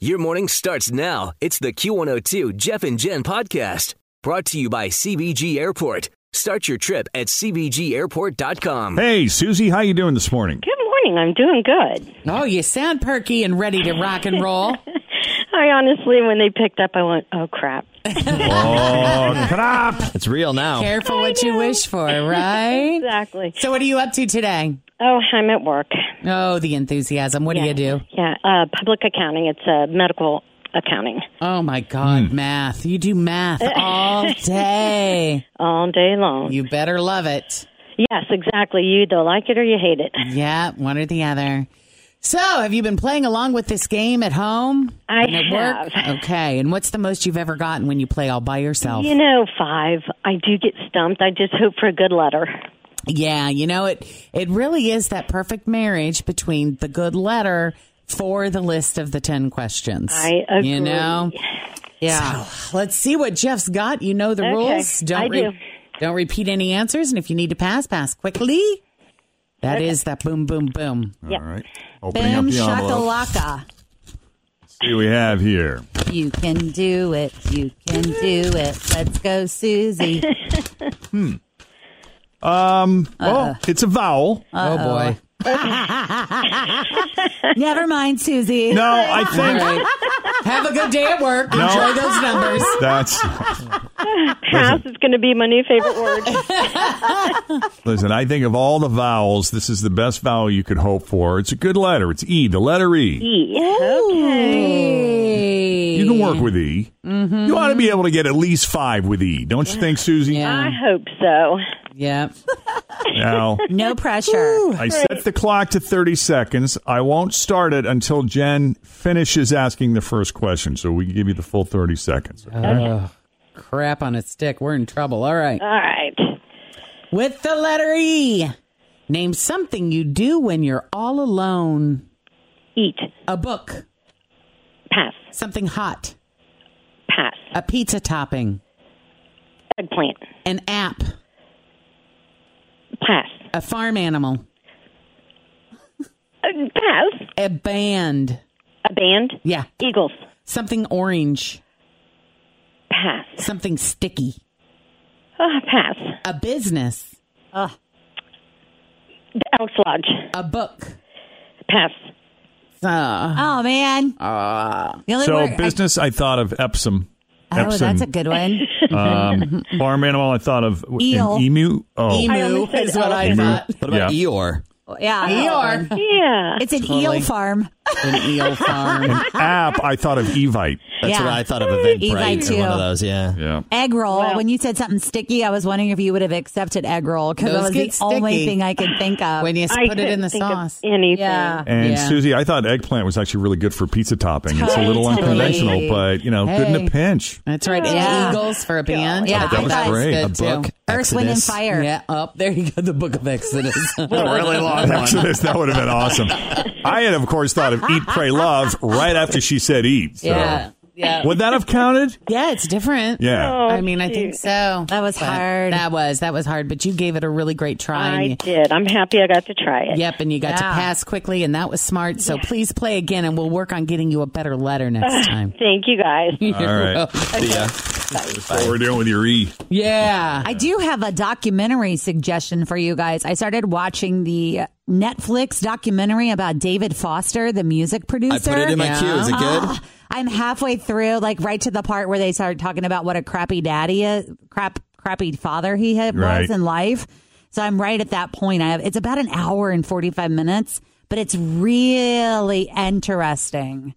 Your morning starts now. It's the Q102 Jeff and Jen podcast brought to you by CBG Airport. Start your trip at CBGAirport.com. Hey, Susie, how you doing this morning? Good morning. I'm doing good. Oh, you sound perky and ready to rock and roll. I honestly, when they picked up, I went, oh crap. Oh, crap. It's real now. Careful what you wish for, right? Exactly. So, what are you up to today? Oh, I'm at work. Oh, the enthusiasm. What do you do? Yeah, uh, public accounting. It's uh, medical accounting Oh my God, math. You do math all day. all day long. You better love it. yes, exactly. You either like it or you hate it. Yeah, one or the other. So, have you been playing along with this game at home? I and at work? have. Okay. And what's the most you've ever gotten when you play all by yourself? You know, five. I do get stumped. I just hope for a good letter. Yeah, you know it. It really is that perfect marriage between the good letter for the list of the ten questions. I agree. You know, yeah. So, let's see what Jeff's got. You know the Okay, rules. Don't I do. not repeat any answers, and if you need to pass, pass quickly. That is that boom, boom, boom, Yep. All right. Opening Boom up the envelope. shakalaka. See what we have here. You can do it. You can do it. Let's go, Susie. Oh, it's a vowel. Oh boy. Never mind, Susie. No, I think Have a good day at work. No. Enjoy those numbers. that's. Pass is going to be my new favorite word. Listen, I think of all the vowels, this is the best vowel you could hope for. It's a good letter. It's E, the letter E. E. Okay. You can work with E. Mm-hmm. You ought to be able to get at least five with E, don't you think, Susie? I Yeah. hope so. Yeah. Now, No pressure. I set the clock to 30 seconds. I won't start it until Jen finishes asking the first question. So we can give you the full 30 seconds. Uh, Crap on a stick. We're in trouble. All right. All right. With the letter E. Name something you do when you're all alone. Eat. A book, Pass. something hot, Pass. a pizza topping, Eggplant. an app, Pass. a farm animal, Uh, Pass. a band. A band. Yeah. Eagles. Something orange, Pass. something sticky, Oh, pass. a business, Uh, The Elks Lodge. a book. Pass. Uh, Oh, man. Uh, The only So word- business, I, thought of Epsom. I, oh, Epsom. that's a good one. um, farm animal. I thought of Eel. an emu. Oh, emu only said is what I emu. thought. What about yeah. Eeyore? yeah. Eeyore. Yeah. It's an Totally. eel farm. An eel farm. app? I thought of Evite. That's Yeah. what I thought of Eventbrite. Evite, or One too. of those, yeah. Yeah. Egg roll. Wow. When you said something sticky, I was wondering if you would have accepted egg roll because that Those was the get only sticky. thing I could think of. When you I put it couldn't in the think of sauce. Anything. yeah. And Yeah. Susie, I thought eggplant was actually really good for pizza topping. It's a little Totally. unconventional, but you know, good in Hey. a pinch. That's right. Yeah. Eagles for a band. Yeah, That I was thought- great. Good A book. too. Earth, wind, and Exodus. fire. Yeah, up there you go. The Book of Exodus. really long Exodus, that would have been awesome. I had, of course, thought of eat, pray, love right after she said eat. So. yeah, yeah, Would that have counted? yeah. It's different. Yeah. I mean, I think so. Oh, That was But hard. That was that was hard, but you gave it a really great try. and I you- did. I'm happy I got to try it. Yep, and you got to Yeah. pass quickly, and that was smart. So please play again, and we'll work on getting you a better letter next time. Thank you guys. All right. Yeah. What we're doing with your E. Yeah. I do have a documentary suggestion for you guys. I started watching the Netflix documentary about David Foster, the music producer. Uh-uh. I put it in my queue. Is it good? Ah, I'm halfway through, like right to the part where they started talking about what a crappy daddy is, crap, crappy father he had, Right. was in life. So I'm right at that point. I have it's about an hour and 45 minutes, but it's really interesting.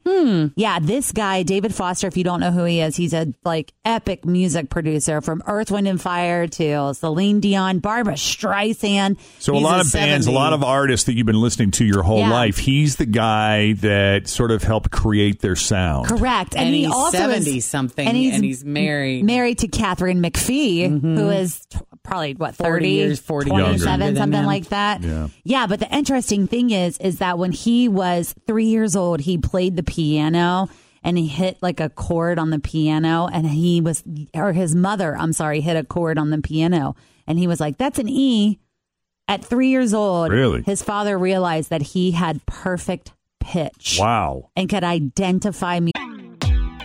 Yeah, this guy David Foster. If you don't know who he is, he's a like epic music producer from Earth, Wind and Fire to Celine Dion, Barbara Streisand. So He's a lot a of bands, a 70. lot of artists that you've been listening to your whole Yeah. life. He's the guy that sort of helped create their sound. Correct, And, he he's also is- seventy something, and he's, married. married to Catherine McPhee, who is t- probably what 30 40 years, 40 Younger. 27, younger than something him. like that. Yeah. but the interesting thing is, is that when he was three years old, he played the piano and he hit like a chord on the piano, and he was, or his mother, I'm sorry, hit a chord on the piano, and he was like, "That's an E." At three years old, Really? his father realized that he had perfect pitch Wow. and could identify music.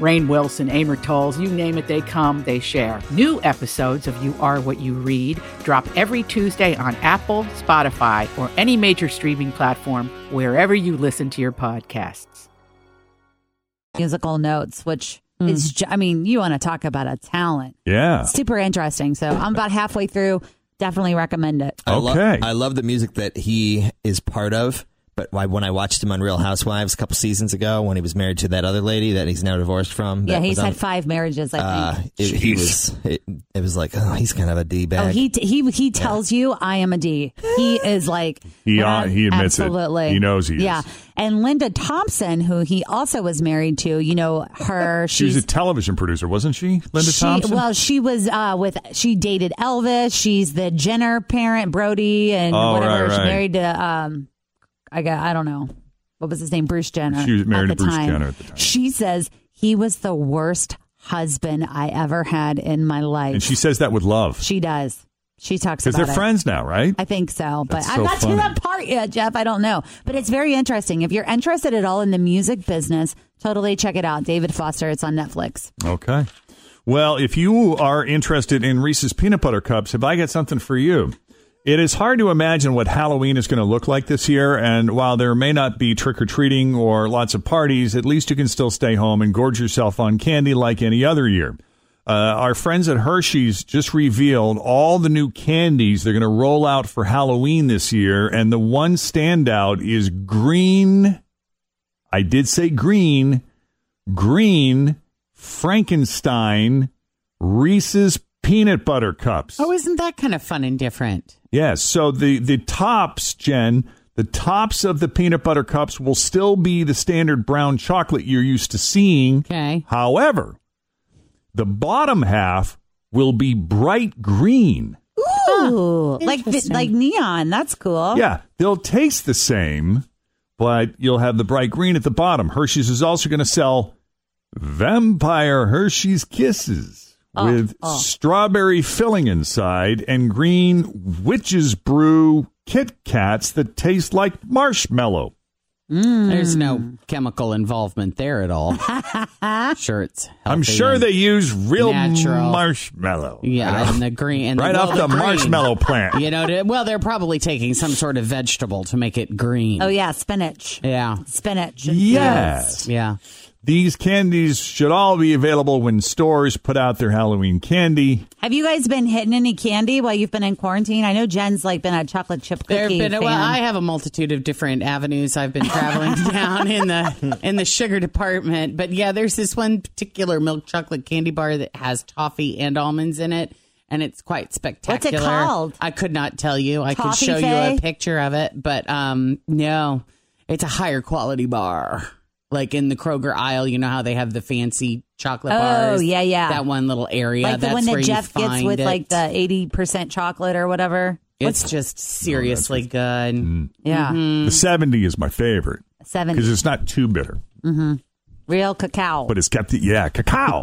Rain Wilson, Amor Tolls, you name it, they come, they share. New episodes of You Are What You Read drop every Tuesday on Apple, Spotify, or any major streaming platform wherever you listen to your podcasts. musical notes, which is, ju- I mean, you want to talk about a talent. Yeah. Super interesting. So I'm about halfway through. Definitely recommend it. I lo- Okay. I love the music that he is part of. But why, when I watched him on Real Housewives a couple seasons ago, when he was married to that other lady that he's now divorced from, that yeah, was he's on- had five marriages, I Uh, think. it, he was. It, it was like, oh, he's kind of a d bag. Oh, he t- he he tells you I am a D. He is like He, when uh, I'm- he admits it. absolutely. He knows he is. Yeah, and Linda Thompson, who he also was married to, you know her. She was she's a television producer, wasn't she? Linda she, Thompson. Well, she was uh, with she dated Elvis. She's the Jenner parent, Brody, and Oh, whatever. right, She right. married to um, I got I don't know what was his name, Bruce Jenner. She was married at to the Bruce time. Jenner at the time. She says he was the worst husband I ever had in my life. and she says that with love she does. She talks because about they're it. friends now, right? I think so, but That's I'm so not funny. to that part yet, Jeff. I don't know, but it's very interesting. If you're interested at all in the music business, totally check it out. David Foster. It's on Netflix. Okay. Well, if you are interested in Reese's peanut butter cups, have I got something for you? It is hard to imagine what Halloween is going to look like this year, and while there may not be trick or treating or lots of parties, at least you can still stay home and gorge yourself on candy like any other year. Uh, our friends at Hershey's just revealed all the new candies they're going to roll out for Halloween this year, and the one standout is green. I did say green, green Frankenstein Reese's peanut butter cups. Oh, isn't that kind of fun and different? Yes. So the the tops, Jen, the tops of the peanut butter cups will still be the standard brown chocolate you're used to seeing. Okay. However, the bottom half will be bright green. Ooh, like interesting. like neon. That's Oh. cool. Yeah, they'll taste the same, but you'll have the bright green at the bottom. Hershey's is also going to sell Vampire Hershey's Kisses Oh, with oh. strawberry filling inside and green Witch's Brew Kit Kats that taste like marshmallow. There's Hmm. no chemical involvement there at all. sure, it's. I'm healthy sure and- they use real natural. marshmallow. Yeah, and the green. And Right well, off the green, marshmallow plant. You know, to- well, they're probably taking some sort of vegetable to make it green. Oh yeah, spinach. Yeah. Spinach. and Yes. Yeah. These candies should all be available when stores put out their Halloween candy. Have you guys been hitting any candy while you've been in quarantine? I know Jen's like been a chocolate chip cookie There have been fan. well, I have a multitude of different avenues I've been traveling down in the in the sugar department. But yeah, there's this one particular milk chocolate candy bar that has toffee and almonds in it, and it's quite spectacular. called? I could not tell you. I could Toffee show you Fay? a picture of it, but um no. It's a higher quality bar. Like in the Kroger aisle, you know how they have the fancy chocolate Oh, bars. yeah, yeah. That one little area. like the that's one where that you Jeff gets find with it. like the eighty percent chocolate or whatever. It's just seriously good. Yeah, Mm-hmm. The 70 is my favorite seven. because it's not too bitter. Real cacao. But it's kept it, yeah, cacao.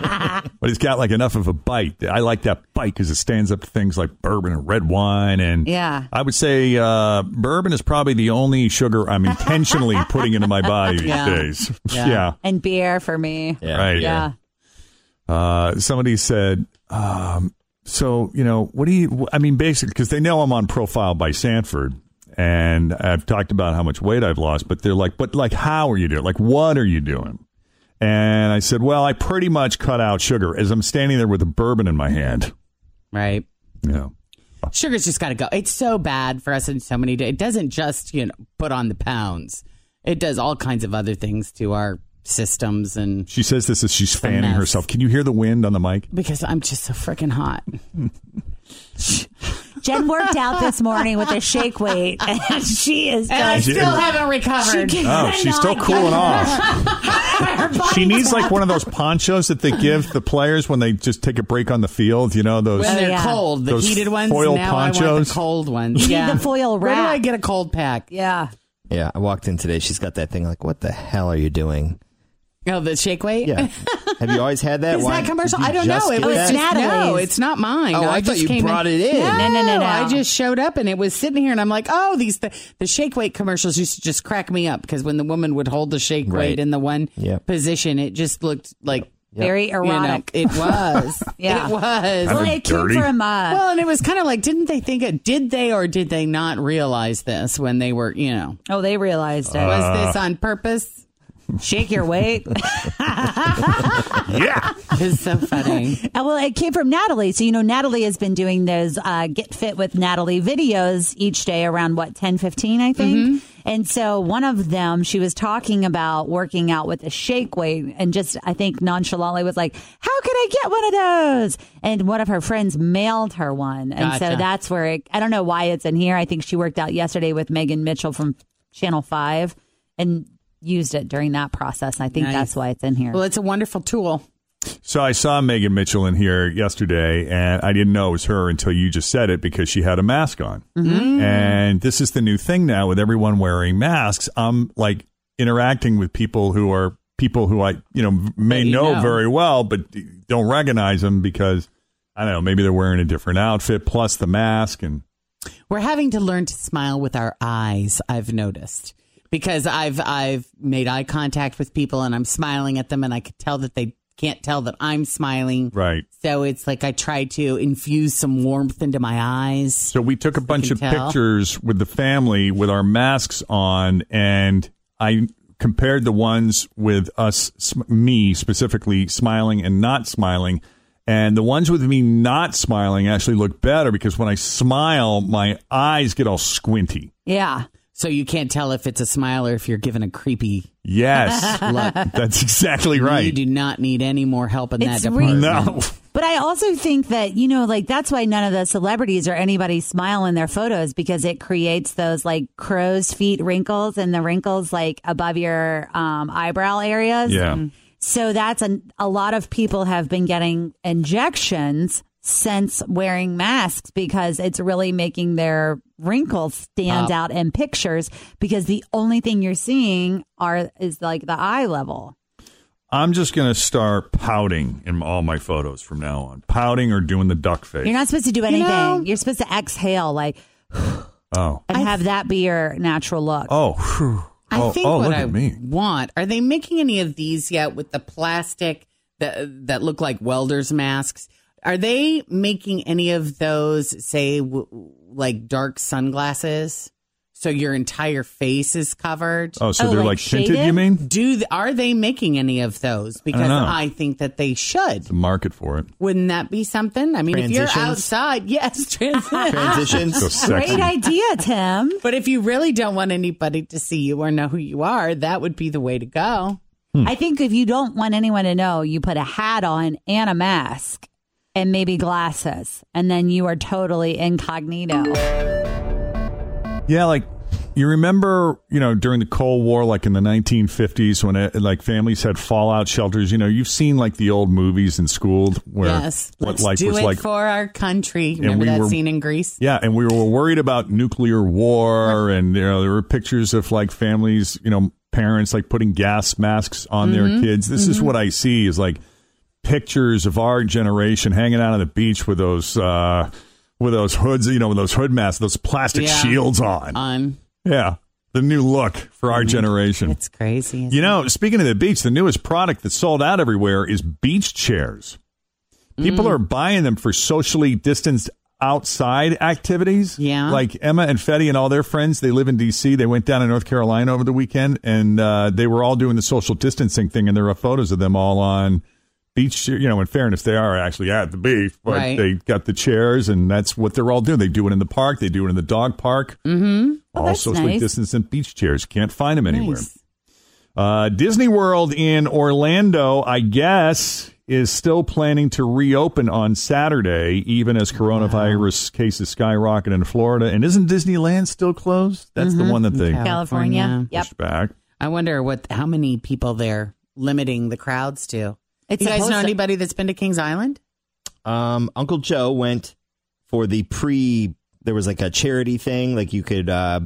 but it's got like enough of a bite. I like that bite because it stands up to things like bourbon and red wine. And Yeah. I would say uh, bourbon is probably the only sugar I'm intentionally putting into my body these Yeah. days. Yeah. And beer for me. Yeah, Right. Yeah. Uh, somebody said, um, so, you know, what do you, I mean, basically, because they know I'm on profile by Sanford. And I've talked about how much weight I've lost, but they're like, but like, how are you doing? Like, what are you doing? And I said, well, I pretty much cut out sugar as I'm standing there with a bourbon in my hand. Right. Yeah. Sugar's just got to go. It's so bad for us in so many days. It doesn't just, you know, put on the pounds. It does all kinds of other things to our systems and She says this as she's fanning mess. herself. Can you hear the wind on the mic? because I'm just so freaking hot. Jen worked out this morning with a shake weight, and she is. And I just- still haven't recovered. She Oh, she's still cannot- cooling off. Her She body's needs like up. one of those ponchos that they give the players when they just take a break on the field. You know those When they're cold, the Oh, those heated ones. foil now I want ponchos. the cold You ones. need Yeah. the foil Where do wrap. I get a cold pack? Yeah. Yeah, I walked in today. She's got that thing like, what the hell are you doing? Oh, the shake weight? Yeah. Have you always had that? Is Why that commercial? did you I don't just know. It get was that? just, no, it's not mine. Oh, I just thought you came brought it in. No, No, no, no, no. I just showed up and it was sitting here, and I'm like, oh, these th- the shake weight commercials used to just crack me up because when the woman would hold the shake Right. weight in the one Yep. position, it just looked like Very you know, erotic. it was. Yeah. it was. Well, it came dirty. from uh, Well, and it was kind of like, didn't they think it? Did they or did they not realize this when they were, you know, oh, they realized it. Uh. was this on purpose? shake your weight. yeah. It's so funny. Uh, well, it came from Natalie. So, you know, Natalie has been doing those uh, Get Fit with Natalie videos each day around what, 10, 15, I think. Mm-hmm. And so one of them, she was talking about working out with a shake weight and just, I think, nonchalantly was like, how can I get one of those? And one of her friends mailed her one. And so Gotcha. that's where it, I don't know why it's in here. I think she worked out yesterday with Megan Mitchell from Channel 5 and used it during that process. I think Nice. that's why it's in here. Well, it's a wonderful tool. So I saw Megan Mitchell in here yesterday, and I didn't know it was her until you just said it because she had a mask on. Mm-hmm. And this is the new thing now with everyone wearing masks. I'm like interacting with people who are people who I you know may That you know, know. very well, but don't recognize them because I don't know maybe they're wearing a different outfit plus the mask and We're having to learn to smile with our eyes, I've noticed. Because I've I've made eye contact with people and I'm smiling at them and I could tell that they can't tell that I'm smiling. right. So it's like I try to infuse some warmth into my eyes. So we took a bunch can of tell. pictures with the family with our masks on, and I compared the ones with us, sm- me specifically, smiling and not smiling. And the ones with me not smiling actually look better because when I smile, my eyes get all squinty. yeah. So you can't tell if it's a smile or if you're given a creepy Yes, look. that's exactly You right. do not need any more help in It's that re- department. No, But I also think that, you know, like that's why none of the celebrities or anybody smile in their photos because it creates those like crow's feet wrinkles and the wrinkles like above your um, eyebrow areas. Yeah. And So that's a, a lot of people have been getting injections since wearing masks because it's really making their wrinkles stand out in pictures because the only thing you're seeing are is like the eye level. I'm just gonna start pouting in all my photos from now on. Pouting or doing the duck face. You're not supposed to do anything. know- You're supposed to exhale like oh, and have that be your natural look. oh, whew. I oh, think oh, what look I at me. want are they making any of these yet with the plastic that that look like welders masks? Are they making any of those say w- like dark sunglasses so your entire face is covered? Oh, so Oh, they're like like tinted? You shaded? mean? Do th- are they making any of those? Because know. I, think that they should. the market for it. Wouldn't that be something? I mean, if you're Transitions? outside, yes, transition. So Transitions. sexy. Great idea, Tim. but if you really don't want anybody to see you or know who you are, that would be the way to go. Hmm. I think if you don't want anyone to know, you put a hat on and a mask and maybe glasses, and then you are totally incognito. Yeah, like You remember, you know, during the Cold War, like in the 1950s, when it, like families had fallout shelters. You know, you've seen like the old movies in school where yes, what let's life do was it like. for our country. Remember we that were- scene in Greece? yeah, and we were worried about nuclear war, and you know, there were pictures of like families, you know, parents like putting gas masks on their Mhm. kids. This is Mhm. what I see is like pictures of our generation hanging out on the beach with those uh with those hoods, you know, with those hood masks, those plastic Yeah. Uh, shields on. On. Mhm. Yeah. The new look for mm-hmm. our generation. It's crazy. You know, speaking of the beach, the newest product that's sold out everywhere is beach chairs. Mm. People are buying them for socially distanced outside activities. Yeah. Like Emma and Fetty and all their friends, they live in D.C. They went down to North Carolina over the weekend and uh, they were all doing the social distancing thing. And there are photos of them all on beach. You know, in fairness, they are actually at the beach, but Right. they got the chairs and that's what they're all doing. They do it in the park, they do it in the dog park. Mm-hmm. all socially distanced and beach chairs. Can't find them anywhere. Nice. Uh, Disney World in Orlando, I guess, is still planning to reopen on Saturday, even as coronavirus cases skyrocket in Florida. And isn't Disneyland still closed? That's Mhm. the one that they California. California. Yep. pushed back. I wonder what how many people they're limiting the crowds to. It's you guys supposed know to- anybody that's been to Kings Island? Um, Uncle Joe went for the pre. There was like a charity thing, like you could uh,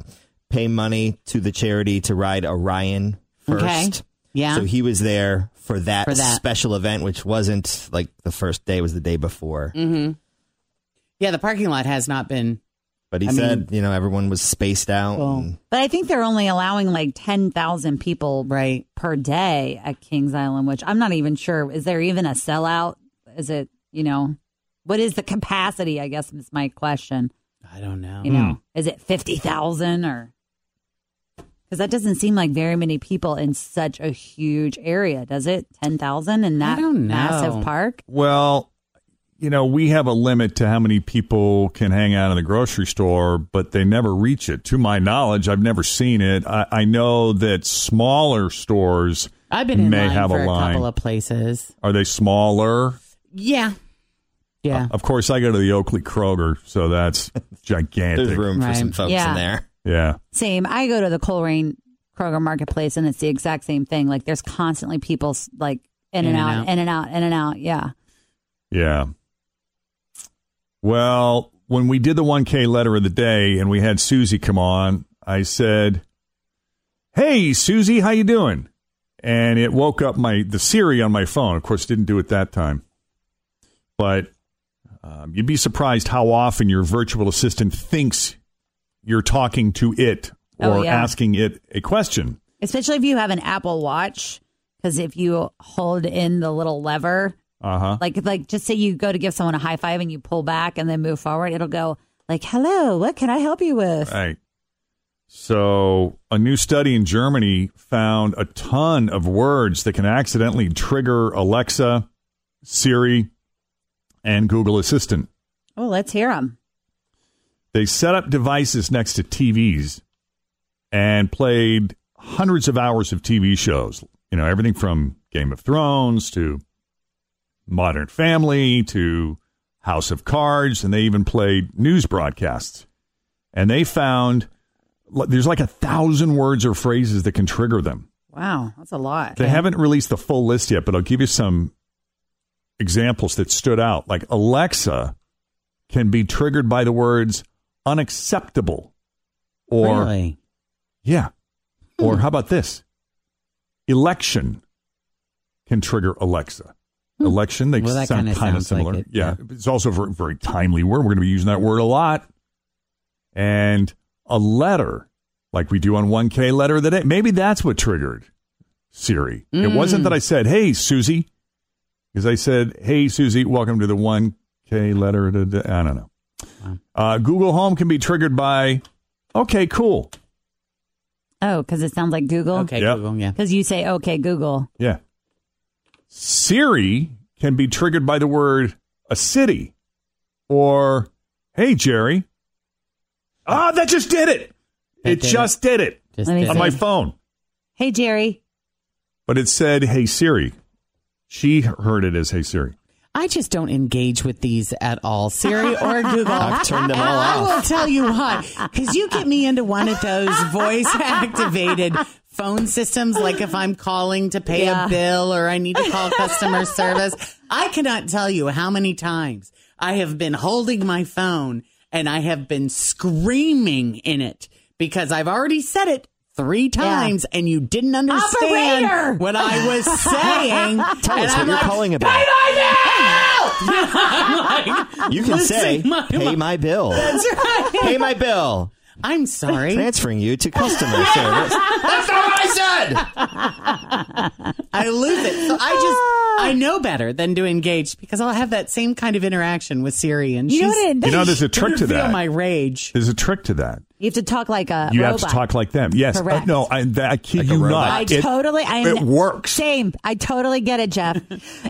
pay money to the charity to ride Orion first. Okay. Yeah. So he was there for that, For that. special event, which wasn't like the first day; it was the day before. Mm-hmm. Yeah, the parking lot has not been. But he I said, you know, everyone was spaced out. and- But I think they're only allowing like 10,000 people right per day at Kings Island, which I'm not even sure. Is there even a sellout? Is it, you know, what is the capacity? I guess is my question. I don't know. You know, is it 50,000 or? Because that doesn't seem like very many people in such a huge area, does it? 10,000 in that don't know. massive park? Well, you know, we have a limit to how many people can hang out in the grocery store, but they never reach it. To my knowledge, I've never seen it. I, I know that smaller stores I've been in may line have for a a line. couple of places. Are they smaller? Yeah. Yeah. Of course, I go to the Oakley Kroger, so that's gigantic. There's room for some Right. folks in Yeah. there. Yeah. Same. I go to the Coleraine Kroger Marketplace, and it's the exact same thing. Like, there's constantly people s- like in and, out, in and out, in and out. Yeah. Yeah. Well, when we did the 1K letter of the day and we had Susie come on, I said, "Hey, Susie, how you doing?" And it woke up my the Siri on my phone. Of course, didn't do it that time. But um, you'd be surprised how often your virtual assistant thinks you're talking to it or Oh, yeah. asking it a question. Especially if you have an Apple Watch, because if you hold in the little lever, Uh huh. like like just say you go to give someone a high five and you pull back and then move forward, it'll go like, "Hello, what can I help you with?" Right. So, a new study in Germany found a ton of words that can accidentally trigger Alexa, Siri, and Google Assistant. Oh, let's hear them. They set up devices next to TVs and played hundreds of hours of TV shows. You know, everything from Game of Thrones to Modern Family to House of Cards, and they even played news broadcasts. And they found like, there's like a thousand words or phrases that can trigger them. Wow, that's a lot. They haven't released the full list yet, but I'll give you some examples that stood out. Like Alexa can be triggered by the words unacceptable or Really? yeah. Or how about this? Election can trigger Alexa. Election, they Hmm. Well, that sound kinda kind of sounds like similar. it, yeah. It's also a ver- very timely word. We're going to be using that word a lot. And a letter, like we do on 1K letter of the day. Maybe that's what triggered Siri. It wasn't Mm. that I said, hey, Susie, because I said, hey, Susie, welcome to the 1K letter of the day. I don't know. Uh, Google Home can be triggered by, okay, cool. Oh, because it sounds like Google. Okay, Yep. Google, yeah. Because you say, "Okay, Google." Yeah. Siri can be triggered by the word a city or hey Jerry. Ah, that just did it. it did just did it Just Let me did on see. my phone. Hey, Jerry. But it said hey Siri. She heard it as hey Siri. I just don't engage with these at all, Siri or Google. I've turned them And all I off. will tell you why, because you get me into one of those voice activated phone systems. Like if I'm calling to pay Yeah. a bill or I need to call customer service, I cannot tell you how many times I have been holding my phone and I have been screaming in it because I've already said it three times and you didn't understand Operator! what I was saying. Tell And us what I'm you're like, calling about. Pay my bill! I'm like, You can "Listen, say, my- pay my bill. That's right. Pay my bill. I'm sorry. Transferring you to customer service. That's not what I said. I lose it. So I just I know better than to engage because I'll have that same kind of interaction with Siri and You know she's, what it- You know, there's a trick to Feel that. my rage. There's a trick to that. You have to talk like a you robot. have to talk like them. Yes. Uh, Correct. no, I, that, I kid you not. I It- totally. I am, it works. Same. I totally get it, Jeff.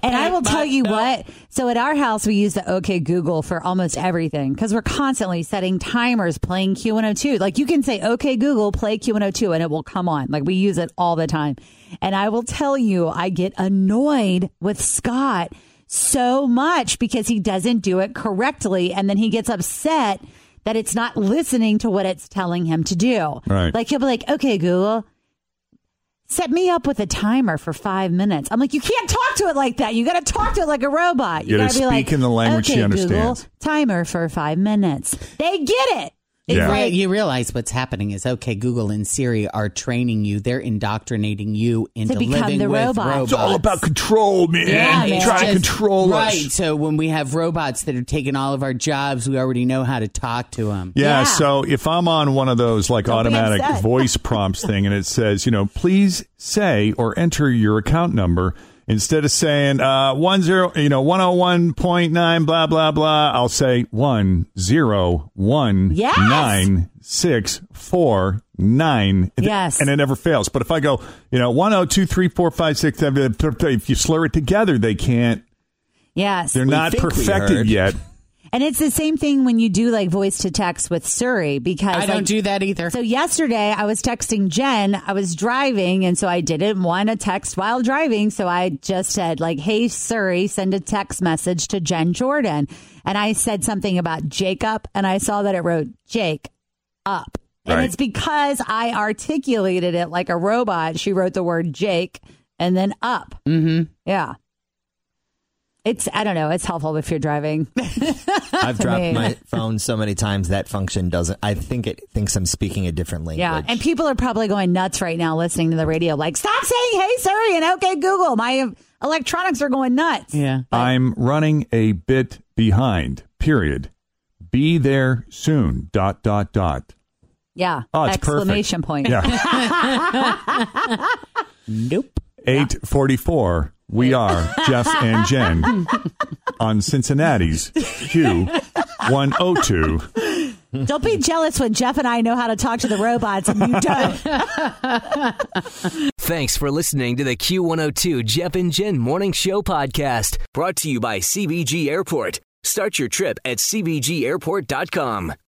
And I will tell you what. So at our house, we use the OK Google for almost everything because we're constantly setting timers, playing Q102. Like you can say OK Google, play Q102, and it will come on. Like we use it all the time. And I will tell you, I get annoyed with Scott so much because he doesn't do it correctly, and then he gets upset that it's not listening to what it's telling him to do. Right. Like he'll be like, "Okay, Google." set me up with a timer for five minutes. I'm like, you can't talk to it like that. You got to talk to it like a robot. You gotta gotta be speak in the language she okay, understands." Google, timer for five minutes. They get it. It's Right, like- you realize what's happening is okay. Google and Siri are training you; they're indoctrinating you into become living the with robot. robots. It's all about control, man. it's Try and control us. right. So when we have robots that are taking all of our jobs, we already know how to talk to them. Yeah, so if I'm on one of those like automatic upset. voice prompts thing and it says, you know, please say or enter your account number instead of saying uh one zero you know, one oh one point nine blah blah blah, I'll say one zero one Yes. nine six four nine. Yes. And it never fails. But if I go, you know, one oh two three four five six seven if you slur it together they can't yes, they're not perfected yet. And it's the same thing when you do like voice to text with Siri because I don't like- do that either. So yesterday I was texting Jen. I was driving, and so I didn't want to text while driving. So I just said like, "Hey Siri, send a text message to Jen Jordan." And I said something about Jacob, and I saw that it wrote Jake up. And Right. it's because I articulated it like a robot. She wrote the word Jake and then up. Mm-hmm. Yeah. It's I don't know. It's helpful if you're driving. I've dropped Me. my phone so many times that function doesn't. I think it thinks I'm speaking a different language. Yeah, and people are probably going nuts right now listening to the radio. Like, stop saying "Hey Siri" and "Okay Google." My electronics are going nuts. Yeah. I'm running a bit behind. Period. Be there soon. Dot dot dot. Yeah, Oh, it's exclamation perfect. point. Nope. Eight forty four. We are Jeff and Jen on Cincinnati's Q one oh two. don't be jealous when Jeff and I know how to talk to the robots and you don't. Thanks for listening to the Q102 Jeff and Jen Morning Show podcast, brought to you by CBG Airport. Start your trip at CBGAirport.com.